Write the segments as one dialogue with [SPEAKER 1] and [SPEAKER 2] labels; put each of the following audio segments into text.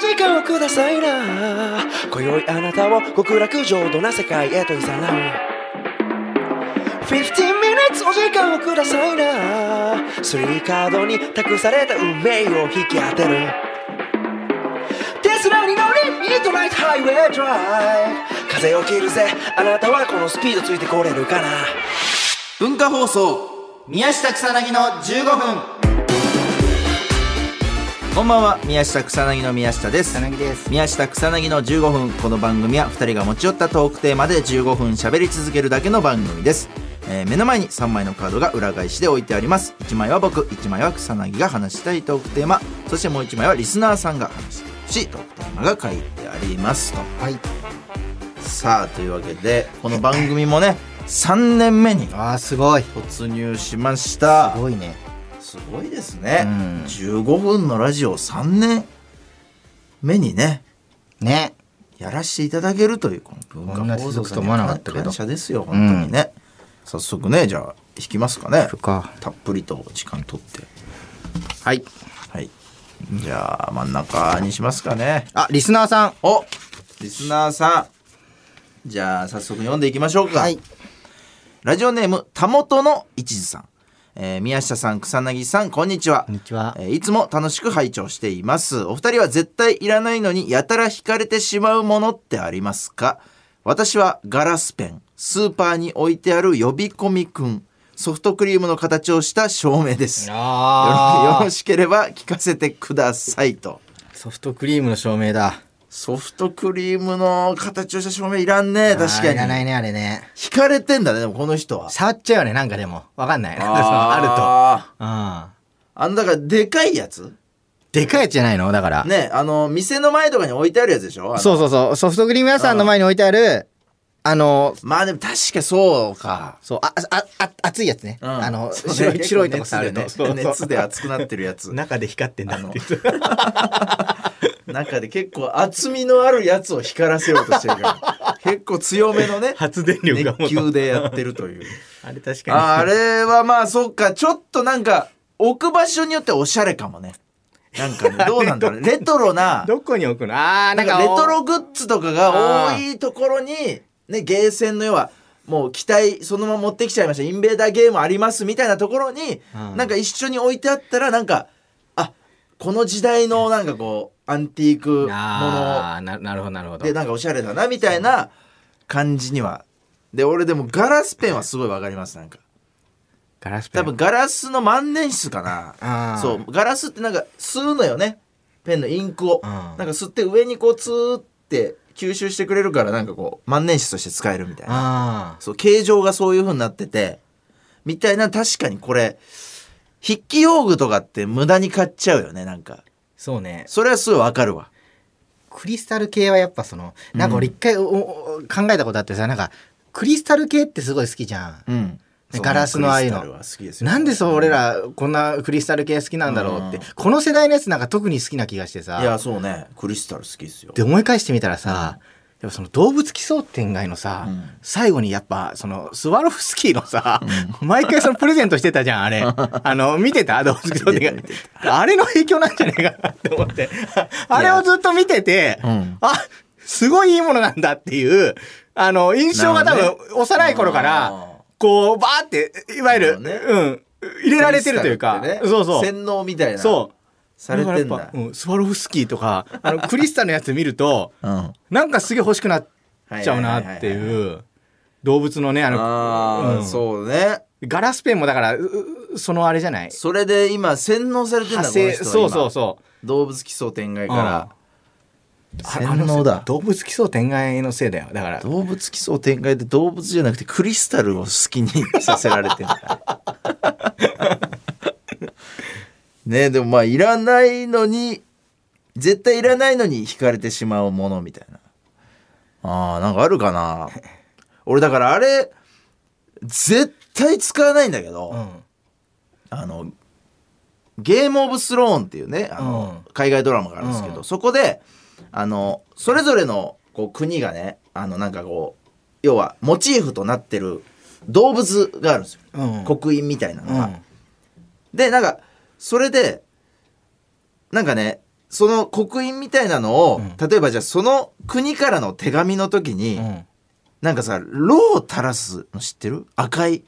[SPEAKER 1] なさいな今宵あなたを極楽浄土な世界へと誘う15 minutes お時間をくださいなスリーカードに託された運命を引き当てるテスラに乗りミッドナイトハイウェイドライブ風を切るぜあなたはこのスピードついてこれるかな
[SPEAKER 2] 文化放送宮下草薙の15分こんばんは宮下草薙の宮下です
[SPEAKER 3] 草薙です
[SPEAKER 2] 宮下草薙の15分この番組は2人が持ち寄ったトークテーマで15分喋り続けるだけの番組です、えー目の前に3枚のカードが裏返しで置いてあります1枚は僕1枚は草薙が話したいトークテーマそしてもう1枚はリスナーさんが話してほしいトークテーマが書いてありますと
[SPEAKER 3] はい
[SPEAKER 2] さあというわけでこの番組もね3年目に
[SPEAKER 3] あーすごいす
[SPEAKER 2] 突入しました
[SPEAKER 3] ごいね
[SPEAKER 2] すごいですね、
[SPEAKER 3] うん
[SPEAKER 2] 15分のラジオを3年目にね
[SPEAKER 3] ね
[SPEAKER 2] やらせていただけるというこの
[SPEAKER 3] こんな続くと思わなかったけど
[SPEAKER 2] 感謝ですよ本当にね、早速ねじゃあ引きますかね
[SPEAKER 3] そっか
[SPEAKER 2] たっぷりと時間取って
[SPEAKER 3] はい
[SPEAKER 2] はいじゃあ真ん中にしますかね
[SPEAKER 3] あリスナーさん
[SPEAKER 2] おリスナーさんじゃあ早速読んでいきましょうか、
[SPEAKER 3] はい
[SPEAKER 2] ラジオネームたもとの一時さん、えー宮下さん草薙さんこんにちは
[SPEAKER 3] こんにちは
[SPEAKER 2] えーいつも楽しく拝聴していますお二人は絶対いらないのにやたら惹かれてしまうものってありますか私はガラスペンスーパーに置いてある呼び込みくんソフトクリームの形をした照明ですよろよ
[SPEAKER 3] あ
[SPEAKER 2] ろしければ聞かせてくださいと
[SPEAKER 3] ソフトクリームの照明だ
[SPEAKER 2] ソフトクリームの形をした照明いらんね確
[SPEAKER 3] あ
[SPEAKER 2] か
[SPEAKER 3] ーいらな
[SPEAKER 2] に
[SPEAKER 3] いねあれね
[SPEAKER 2] 惹かれてんだねでもこの人は
[SPEAKER 3] 触っちゃうよねなんかでもわかんないなん かその あ
[SPEAKER 2] あ
[SPEAKER 3] るとあ
[SPEAKER 2] ああのだからでかいやつ
[SPEAKER 3] でかいやつじゃないのだから、
[SPEAKER 2] ねあの店の前とかに置いてあるやつでしょあの
[SPEAKER 3] そうそうそうソフトクリーム屋さんの前に置いてあるあの
[SPEAKER 2] まあでも確かそうか
[SPEAKER 3] そうあああ熱いやつね、
[SPEAKER 2] うん
[SPEAKER 3] あの
[SPEAKER 2] そう
[SPEAKER 3] 白い
[SPEAKER 2] 結構
[SPEAKER 3] 白いとこさある
[SPEAKER 2] 熱で
[SPEAKER 3] ね
[SPEAKER 2] ね熱で熱くなってるやつ
[SPEAKER 3] 中で光ってん
[SPEAKER 2] だって中で結構厚みのあるやつを光らせようとしてる から結構強めのね
[SPEAKER 3] 発電
[SPEAKER 2] 熱球でやってるという
[SPEAKER 3] あれ 確
[SPEAKER 2] あれはまあそっかちょっとなんか置く場所によっておしゃれかもねなんかねどうなんだろうレトロな
[SPEAKER 3] どこに置くのああ
[SPEAKER 2] なんかレトログッズとかが多いところにねゲーセンの要はもう機体そのまま持ってきちゃいましたインベーダーゲームありますみたいなところに、
[SPEAKER 3] うん
[SPEAKER 2] なんか一緒に置いてあったらなんかあこの時代のなんかこうアンティークもの
[SPEAKER 3] ああななるほどなるほど
[SPEAKER 2] でなんかおしゃれだなみたいな感じにはで俺でもガラスペンはすごいわかりますなんか
[SPEAKER 3] ガラスペン
[SPEAKER 2] 多分ガラスの万年筆かな
[SPEAKER 3] あー
[SPEAKER 2] そうガラスってなんか吸うのよねペンのインクを
[SPEAKER 3] うん
[SPEAKER 2] なんか吸って上にこうツーって吸収してくれるからなんかこう万年筆として使えるみたいな
[SPEAKER 3] あ
[SPEAKER 2] そう形状がそういう風になっててみたいな確かにこれ筆記用具とかって無駄に買っちゃうよねなんか
[SPEAKER 3] ーそうね
[SPEAKER 2] それはすごいわかるわ
[SPEAKER 3] クリスタル系はやっぱそのなんか俺一回おお考えたことあってさなんかクリスタル系ってすごい好きじゃん、
[SPEAKER 2] うん
[SPEAKER 3] ねガラスのああいうの
[SPEAKER 2] クリスタルは好きですよ
[SPEAKER 3] なんでそう俺らこんなクリスタル系好きなんだろうって、この世代のやつなんか特に好きな気がしてさ
[SPEAKER 2] いやそうねクリスタル好きですよ
[SPEAKER 3] で思い返してみたらさ、やっぱその動物奇想天外のさ、
[SPEAKER 2] うん
[SPEAKER 3] 最後にやっぱそのスワロフスキーのさ、毎回そのプレゼントしてたじゃん あれあの見てた動物奇想天
[SPEAKER 2] 見
[SPEAKER 3] 外
[SPEAKER 2] て
[SPEAKER 3] あれの影響なんじゃねえかなって思ってあれをずっと見てて、
[SPEAKER 2] うん
[SPEAKER 3] あすごいいいものなんだっていうあの印象が多
[SPEAKER 2] なるほ
[SPEAKER 3] 分幼い頃か
[SPEAKER 2] あー
[SPEAKER 3] らこうバーっていわゆる、
[SPEAKER 2] なるほ
[SPEAKER 3] うん入れられてるというか、
[SPEAKER 2] クリスタルってね
[SPEAKER 3] そうそう
[SPEAKER 2] 洗脳みたいな
[SPEAKER 3] そう
[SPEAKER 2] されてん
[SPEAKER 3] か
[SPEAKER 2] だ
[SPEAKER 3] らやっぱうん、スワロフスキーとかあのクリスタのやつ見ると
[SPEAKER 2] うん
[SPEAKER 3] なんかすげえ欲しくなっちゃうなって
[SPEAKER 2] はいはいはい
[SPEAKER 3] いう動物のねあの
[SPEAKER 2] ああ、
[SPEAKER 3] うん
[SPEAKER 2] そうね
[SPEAKER 3] ガラスペンもだからううそのあれじゃない
[SPEAKER 2] それで今洗脳されてんだこ
[SPEAKER 3] 派
[SPEAKER 2] の人は今
[SPEAKER 3] 生そうそうそう
[SPEAKER 2] 動物奇想天外から
[SPEAKER 3] あ
[SPEAKER 2] 洗脳だ
[SPEAKER 3] あの動物奇想天外のせいだよだから
[SPEAKER 2] 動物奇想天外で動物じゃなくてクリスタルを好きにさせられてる ねえでもまあいらないのに絶対いらないのに惹かれてしまうものみたいなあーなんかあるかな俺だからあれ絶対使わないんだけど、
[SPEAKER 3] うん
[SPEAKER 2] あのゲーム・オブ・スローンっていうねあの、
[SPEAKER 3] う
[SPEAKER 2] 海外ドラマがあるんですけど、
[SPEAKER 3] うん
[SPEAKER 2] そこであのそれぞれのこう国がねあのなんかこう要はモチーフとなってる動物があるんですよ、
[SPEAKER 3] うん
[SPEAKER 2] 刻印みたいなの
[SPEAKER 3] うん
[SPEAKER 2] が。でなんかそれでなんかねその刻印みたいなのを、
[SPEAKER 4] うん
[SPEAKER 2] 例えばじゃあその国からの手紙の時に、
[SPEAKER 4] うん
[SPEAKER 2] なんかさロウを垂らすの知ってる赤い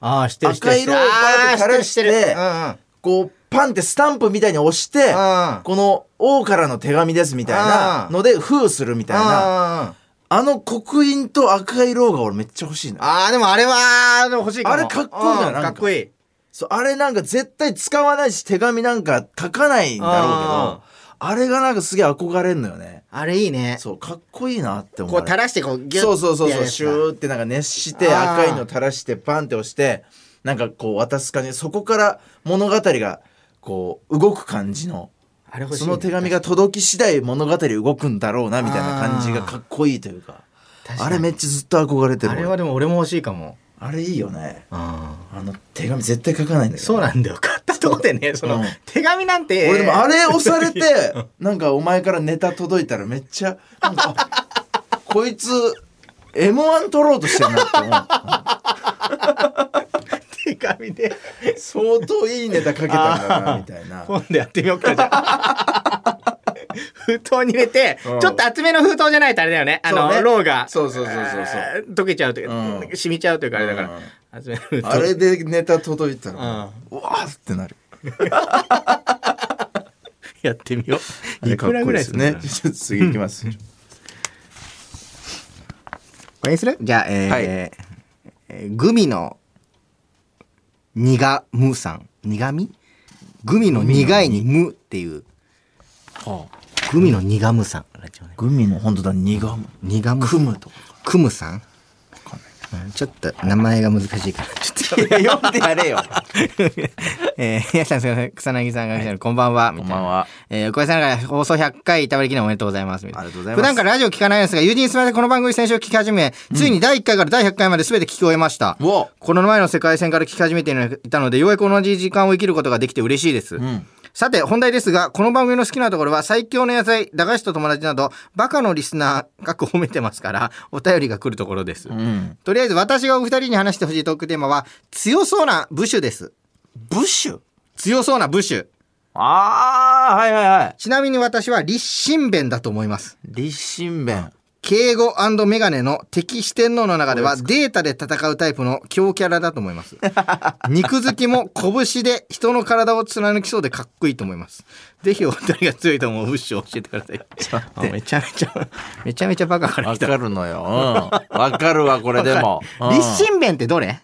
[SPEAKER 4] ああ知ってる知ってる
[SPEAKER 2] 赤い色をバーって垂らして
[SPEAKER 4] あー知ってる知ってるうんうん
[SPEAKER 2] こうパンってスタンプみたいに押して
[SPEAKER 4] あ
[SPEAKER 2] この王からの手紙ですみたいなので封するみたいなあ
[SPEAKER 4] あ
[SPEAKER 2] の刻印と赤いロウが俺めっちゃ欲しいな
[SPEAKER 4] あーでもあれはでも欲しいかも
[SPEAKER 2] あれかっこいいのよ
[SPEAKER 4] うん
[SPEAKER 2] なん
[SPEAKER 4] か
[SPEAKER 2] か
[SPEAKER 4] っこいい
[SPEAKER 2] そうあれなんか絶対使わないし手紙なんか書かないんだろうけどあ
[SPEAKER 4] あ
[SPEAKER 2] れがなんかすげえ憧れんのよね
[SPEAKER 4] あれいいね
[SPEAKER 2] そうかっこいいなって思
[SPEAKER 4] こう
[SPEAKER 2] あれ
[SPEAKER 4] 垂らしてこうギュッ
[SPEAKER 2] そうそうそう
[SPEAKER 4] てや
[SPEAKER 2] そう
[SPEAKER 4] るやつ
[SPEAKER 2] シ
[SPEAKER 4] だ
[SPEAKER 2] ューってなんか熱して
[SPEAKER 4] あー
[SPEAKER 2] 赤いの垂らしてパンって押してなんかこう渡す感じそこから物語がこう動く感じの
[SPEAKER 4] あれ欲しい
[SPEAKER 2] そ
[SPEAKER 4] ね
[SPEAKER 2] の手紙が届き次第物語動くんだろうなみたいな感じがかっこいいというか
[SPEAKER 4] 確
[SPEAKER 2] あ
[SPEAKER 4] かに
[SPEAKER 2] れめっちゃずっと憧れてる
[SPEAKER 4] あれはでも俺も欲しいかも
[SPEAKER 2] 俺あれいいよね
[SPEAKER 4] うん
[SPEAKER 2] あの手紙絶対書かないんだけど
[SPEAKER 4] そうなんだよ買ったとこでねその、
[SPEAKER 2] うん
[SPEAKER 4] 手紙なんて
[SPEAKER 2] 俺でもあれ押されて なんかお前からネタ届いたらめっちゃなんかあこいつ m 1取ろうとしてるなって思う
[SPEAKER 4] 手紙で
[SPEAKER 2] 相当いいネタかけたんだなみたいな。
[SPEAKER 4] 今度やってみようかじゃあ封筒に入れて、
[SPEAKER 2] うん
[SPEAKER 4] ちょっと厚めの封筒じゃないとあれだよねあ
[SPEAKER 2] そう
[SPEAKER 4] の
[SPEAKER 2] ね
[SPEAKER 4] ローが
[SPEAKER 2] そうそうそうそうそう
[SPEAKER 4] あー溶けちゃうというか、
[SPEAKER 2] うん
[SPEAKER 4] 染みちゃうというかあれだから、
[SPEAKER 2] うん
[SPEAKER 4] 厚めの封筒
[SPEAKER 2] あれでネタ届いたら、うわーってなる。
[SPEAKER 4] やってみようい
[SPEAKER 2] かっこ
[SPEAKER 4] く
[SPEAKER 2] い
[SPEAKER 4] ら
[SPEAKER 2] い
[SPEAKER 4] ぐ
[SPEAKER 2] で
[SPEAKER 4] らいす
[SPEAKER 2] す
[SPEAKER 4] るんだ
[SPEAKER 2] ね
[SPEAKER 4] ろ。う
[SPEAKER 2] ちょ っと次行きます。
[SPEAKER 4] これにするじゃあ、えー
[SPEAKER 2] はい
[SPEAKER 4] えーグミの苦むさん苦みグミの苦いにむっていうグミの苦むさんラジオネーム
[SPEAKER 2] グミの本当だ、苦む。
[SPEAKER 4] 苦むさん
[SPEAKER 2] 組むとか。
[SPEAKER 4] クムさんうんちょっと名前が難しいからちょっと
[SPEAKER 2] 読んでやれよ。
[SPEAKER 4] えー、皆さんすいません草薙さんがいらっしゃるこんばんはみたいな
[SPEAKER 2] こんばんは
[SPEAKER 4] えー、小林さんから放送100回いたわりきりおめでとうございますみたい
[SPEAKER 2] あ
[SPEAKER 4] な
[SPEAKER 2] りがとうございます
[SPEAKER 4] 普段からラジオ聞かないですが友人に勧められてこの番組先週聞き始め、ついに第1回から第100回まで全て聞き終えました
[SPEAKER 2] うお
[SPEAKER 4] この前の世界戦から聞き始めていたのでようやく同じ時間を生きることができて嬉しいです、
[SPEAKER 2] ん
[SPEAKER 4] さて本題ですがこの番組の好きなところは最強の野菜駄菓子と友達などバカのリスナーが褒めてますからお便りが来るところです、
[SPEAKER 2] うん。
[SPEAKER 4] とりあえず私がお二人に話してほしいトークテーマは強そうな部首です
[SPEAKER 2] ブッシュ
[SPEAKER 4] 強そうな部首
[SPEAKER 2] あー、はいはいはい。
[SPEAKER 4] ちなみに私は立身弁だと思います
[SPEAKER 2] 立身弁。
[SPEAKER 4] 敬語メガネの敵四天王の中ではデータで戦うタイプの強キャラだと思います 肉付きも拳で人の体を貫きそうでかっこいいと思いますぜひお二人が強いと思う武士を教えてくださいあめちゃめちゃめちゃめちゃバカから
[SPEAKER 2] わ
[SPEAKER 4] 来た
[SPEAKER 2] かるのよ。うん。わかるわ、これでも。うん
[SPEAKER 4] 立身弁ってどれ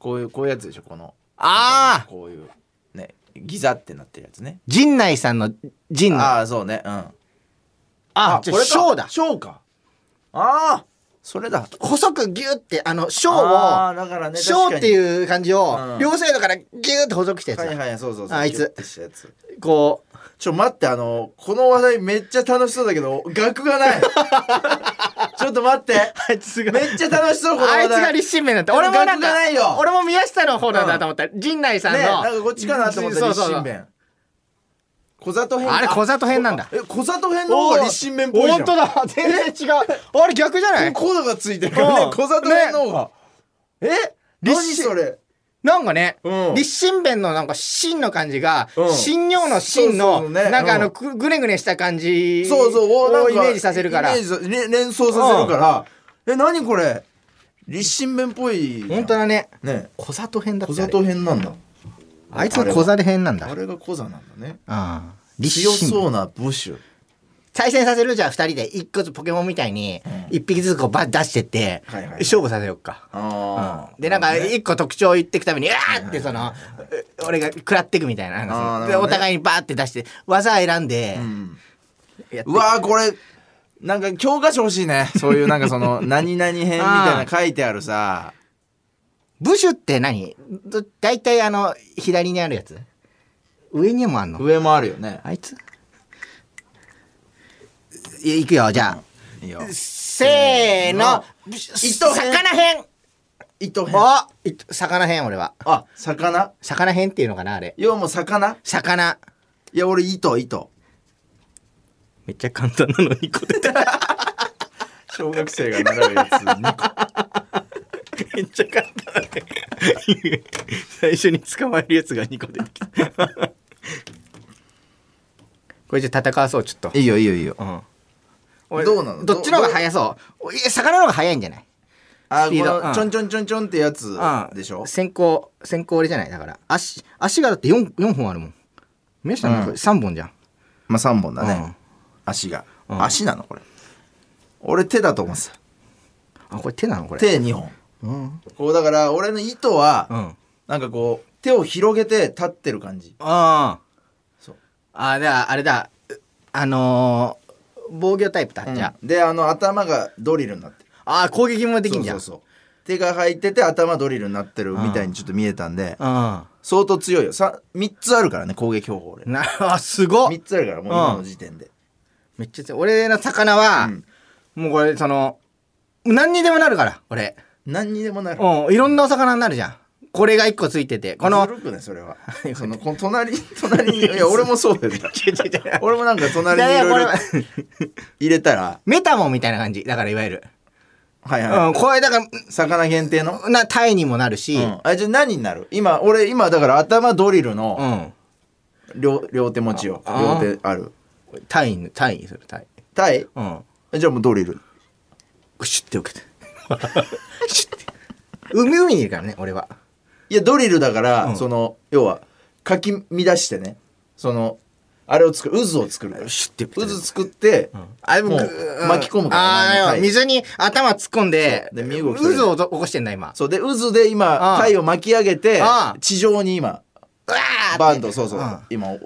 [SPEAKER 2] こういう、こういうやつでしょ、この。
[SPEAKER 4] ああ
[SPEAKER 2] こういう。ね。ギザってなってるやつね。
[SPEAKER 4] 陣内さんの陣内
[SPEAKER 2] ああ、そうね。うん。
[SPEAKER 4] あじゃあ章だ
[SPEAKER 2] 章か。ああ、それだ。
[SPEAKER 4] 細くギュってあの章
[SPEAKER 2] あー
[SPEAKER 4] を
[SPEAKER 2] だからね
[SPEAKER 4] 章って
[SPEAKER 2] う。
[SPEAKER 4] いう感じ
[SPEAKER 2] う
[SPEAKER 4] を
[SPEAKER 2] ん
[SPEAKER 4] 両サイドからギュって細くしたやつだ、
[SPEAKER 2] はいはい、そうそうそう。
[SPEAKER 4] あいつ
[SPEAKER 2] ギュッてしたやつ
[SPEAKER 4] こう
[SPEAKER 2] ちょ、待って、あの、この話題めっちゃ楽しそうだけど、額が ない。ちょっと待って。
[SPEAKER 4] あいつ
[SPEAKER 2] めっちゃ楽しそう、この
[SPEAKER 4] あ
[SPEAKER 2] 話
[SPEAKER 4] いつ
[SPEAKER 2] 題。
[SPEAKER 4] が立身面だって俺もな
[SPEAKER 2] 額
[SPEAKER 4] ん
[SPEAKER 2] が
[SPEAKER 4] か
[SPEAKER 2] ないよ
[SPEAKER 4] 俺も宮下の方なんだと思った、陣内さんの、
[SPEAKER 2] ねなんかこっちかなと思った、
[SPEAKER 4] そう
[SPEAKER 2] 立
[SPEAKER 4] そうそう
[SPEAKER 2] 身弁。小里編
[SPEAKER 4] あれ小里編なんだ
[SPEAKER 2] え、小里編の方が立身弁っぽいじゃん。
[SPEAKER 4] 本当だ全然違うあれ逆じゃない
[SPEAKER 2] こう。コードがついてるから
[SPEAKER 4] うん
[SPEAKER 2] ね、小里編の方が。え
[SPEAKER 4] 立身
[SPEAKER 2] 何それ
[SPEAKER 4] なんかね、
[SPEAKER 2] うん
[SPEAKER 4] 立身弁のなんか芯の感じが、
[SPEAKER 2] うん
[SPEAKER 4] 信用の芯
[SPEAKER 2] そうそ
[SPEAKER 4] の、
[SPEAKER 2] うね
[SPEAKER 4] なんかあの、
[SPEAKER 2] うん
[SPEAKER 4] ぐぐねぐねした感じ
[SPEAKER 2] そうそう、おなん
[SPEAKER 4] を
[SPEAKER 2] か
[SPEAKER 4] イメージさせるから
[SPEAKER 2] イメージされ連想させるから。え、何これ立身弁っぽい。
[SPEAKER 4] 本当だね
[SPEAKER 2] ね。
[SPEAKER 4] 小里編だ
[SPEAKER 2] 小
[SPEAKER 4] ってあれ
[SPEAKER 2] 里編なんだ。
[SPEAKER 4] あいつは小里編なんだ
[SPEAKER 2] あれが小座なんだね。
[SPEAKER 4] ああ
[SPEAKER 2] 強
[SPEAKER 4] 弁
[SPEAKER 2] そうなブッシュ。
[SPEAKER 4] 対戦させるじゃあ2人で1個ずつポケモンみたいに1匹ずつこうバッ出してって、
[SPEAKER 2] はいはいはい
[SPEAKER 4] 勝負させようか。
[SPEAKER 2] あ
[SPEAKER 4] でなんか
[SPEAKER 2] い
[SPEAKER 4] 一個特徴を言っていくために「うわ!」ってそのう俺が食らっていくみたいななんかその
[SPEAKER 2] あーなる
[SPEAKER 4] で
[SPEAKER 2] ほどね
[SPEAKER 4] お互いにバーって出して技選んでやって
[SPEAKER 2] うわーこれなんか教科書欲しいね。そういうなんかそ の何々編みたいな書いてあるさ。
[SPEAKER 4] ブシュって何ど大体あの左にあるやつ上にもあんの
[SPEAKER 2] 上もあるよね。
[SPEAKER 4] あいついいくよじゃあ
[SPEAKER 2] いいよ。
[SPEAKER 4] せーのブシュ
[SPEAKER 2] 糸編
[SPEAKER 4] 魚編
[SPEAKER 2] 糸編。
[SPEAKER 4] おい魚編俺は
[SPEAKER 2] あ、魚。
[SPEAKER 4] 魚編っていうのかなあれ
[SPEAKER 2] 要はもう魚。
[SPEAKER 4] 魚
[SPEAKER 2] いや俺糸糸。
[SPEAKER 4] めっちゃ簡単なの2個出た
[SPEAKER 2] 小学生が習うやつ2個。
[SPEAKER 4] めっちゃ簡単だね最初に捕まえるやつが2個出てきたこれじゃあ戦わそうちょっと
[SPEAKER 2] いいよいいよいいよ
[SPEAKER 4] うん
[SPEAKER 2] 俺どうなの
[SPEAKER 4] どっちの方が速そうおいや魚の方が速いんじゃない
[SPEAKER 2] あ
[SPEAKER 4] スピード
[SPEAKER 2] このちょんちょんちょんちょんってやつ
[SPEAKER 4] あ
[SPEAKER 2] でしょ
[SPEAKER 4] 先行先行俺じゃないだから足足がだって 4, 四本あるもん宮下なん
[SPEAKER 2] うん
[SPEAKER 4] か3本じゃん、
[SPEAKER 2] まあ3本だ
[SPEAKER 4] う
[SPEAKER 2] ね
[SPEAKER 4] ん
[SPEAKER 2] 足が
[SPEAKER 4] うん
[SPEAKER 2] 足なのこれ俺手だと思ってた
[SPEAKER 4] あこれ手なのこれ
[SPEAKER 2] 手2本
[SPEAKER 4] うん、
[SPEAKER 2] こうだから俺の意図
[SPEAKER 4] う
[SPEAKER 2] は
[SPEAKER 4] ん、
[SPEAKER 2] なんかこう手を広げて立ってる感じ
[SPEAKER 4] ああ
[SPEAKER 2] そう
[SPEAKER 4] あだからあれだうあのー防御タイプだ、じゃ
[SPEAKER 2] うんであの頭がドリルになってる
[SPEAKER 4] ああー攻撃もできんじゃん
[SPEAKER 2] そうそうそう手が入ってて頭ドリルになってるみたいにちょっと見えたんで
[SPEAKER 4] う
[SPEAKER 2] 相当強いよさ3つあるからね攻撃方法俺
[SPEAKER 4] んなあすごっ
[SPEAKER 2] 3つあるからもう今の時点で
[SPEAKER 4] めっちゃ強い俺の魚は、
[SPEAKER 2] うん
[SPEAKER 4] もうこれその何にでもなるから俺
[SPEAKER 2] 何にでもなる
[SPEAKER 4] うんいろんなお魚になるじゃんこれが1個ついててこの
[SPEAKER 2] ずるくねそれはそのこの隣隣にいや俺もそう だよ俺もなんか隣に
[SPEAKER 4] い
[SPEAKER 2] い
[SPEAKER 4] やいや
[SPEAKER 2] ろいろ
[SPEAKER 4] これ
[SPEAKER 2] 入れたら
[SPEAKER 4] メタモンみたいな感じだからいわゆる、
[SPEAKER 2] はいはい、
[SPEAKER 4] うん、これだか
[SPEAKER 2] 魚限定の、
[SPEAKER 4] らなタイにもなるし、
[SPEAKER 2] う
[SPEAKER 4] うん
[SPEAKER 2] ん、あじゃあ何になる今俺今だから頭ドリルの両両手持ちよ
[SPEAKER 4] ああ
[SPEAKER 2] 両手ある
[SPEAKER 4] タイにタイにするタイ、
[SPEAKER 2] タイ
[SPEAKER 4] うん、
[SPEAKER 2] じゃあもうドリル
[SPEAKER 4] シュッて受けてシュッて海海にいるからね俺はい
[SPEAKER 2] やドリルだから、
[SPEAKER 4] うん
[SPEAKER 2] その要はかき乱してねそのあれを作る渦を作るから
[SPEAKER 4] シュッて
[SPEAKER 2] 渦作って、
[SPEAKER 4] あで
[SPEAKER 2] もう
[SPEAKER 4] ぐ
[SPEAKER 2] 巻き込むから
[SPEAKER 4] あー
[SPEAKER 2] あのはい
[SPEAKER 4] 水に頭突っ込んで
[SPEAKER 2] そうで身動き取れない
[SPEAKER 4] 渦を起こしてんだ今
[SPEAKER 2] そうで渦で今
[SPEAKER 4] ああ
[SPEAKER 2] タイを巻き上げて
[SPEAKER 4] ああ
[SPEAKER 2] 地上に今
[SPEAKER 4] うわーって
[SPEAKER 2] バンとそうそう、
[SPEAKER 4] ん
[SPEAKER 2] 今上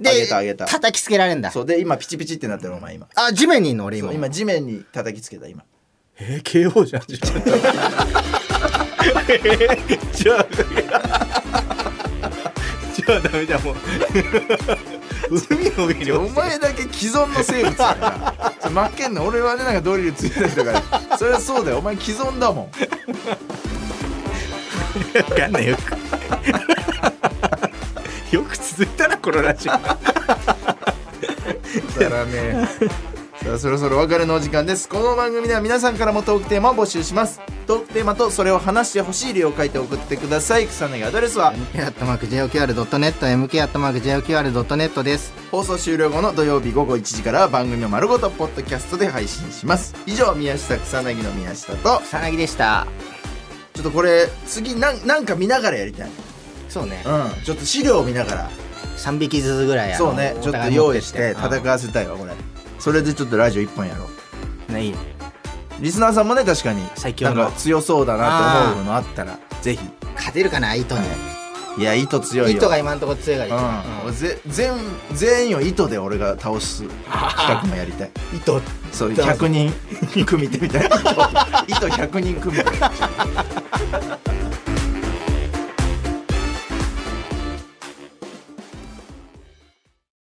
[SPEAKER 4] で
[SPEAKER 2] げた上げた
[SPEAKER 4] 叩きつけられんだ
[SPEAKER 2] そうで今ピチピチってなってるお前今
[SPEAKER 4] あ地面にいんの俺
[SPEAKER 2] そ
[SPEAKER 4] 今
[SPEAKER 2] う今地面に叩きつけた今
[SPEAKER 4] えー、KO じゃんじゃあじゃあダメじゃ んもう海の上に
[SPEAKER 2] お前だけ既存の生物だから それ負けんの俺はねなんかドリルついてたからそれはそうだよお前既存だもん
[SPEAKER 4] わかんないよく よく続いたなこのラジオ
[SPEAKER 2] だから ねさあそろそろお別れのお時間ですこの番組では皆さんからもトークテーマを募集しますトークテーマとそれを話してほしい理由を書いて送ってください草薙アドレスは
[SPEAKER 4] mk.jokr.net mk.jokr.net です
[SPEAKER 2] 放送終了後の土曜日午後1時からは番組を丸ごとポッドキャストで配信します以上宮下草薙の宮下と
[SPEAKER 4] 草薙でした
[SPEAKER 2] ちょっとこれ次なんなんか見ながらやりたい
[SPEAKER 4] そうね
[SPEAKER 2] うんちょっと資料を見ながら
[SPEAKER 4] 3匹ずつぐらいあの
[SPEAKER 2] そうねちょ
[SPEAKER 4] お
[SPEAKER 2] っと
[SPEAKER 4] 互い
[SPEAKER 2] 用意して
[SPEAKER 4] 持って
[SPEAKER 2] 戦
[SPEAKER 4] って
[SPEAKER 2] わせたいわこれそれでちょっとラジオ1本やろう
[SPEAKER 4] うんねいいね
[SPEAKER 2] リスナーさんもね確かに
[SPEAKER 4] 最強
[SPEAKER 2] な
[SPEAKER 4] の
[SPEAKER 2] んか強そうだなと思うのあったらぜひ
[SPEAKER 4] 勝てるかな糸に
[SPEAKER 2] いや糸強いよ
[SPEAKER 4] 糸が今んとこ強いから
[SPEAKER 2] うん、ぜ全全員を糸で俺が倒す企画もやりた い
[SPEAKER 4] うん糸
[SPEAKER 2] そう100人組み手みたいな糸100人組み手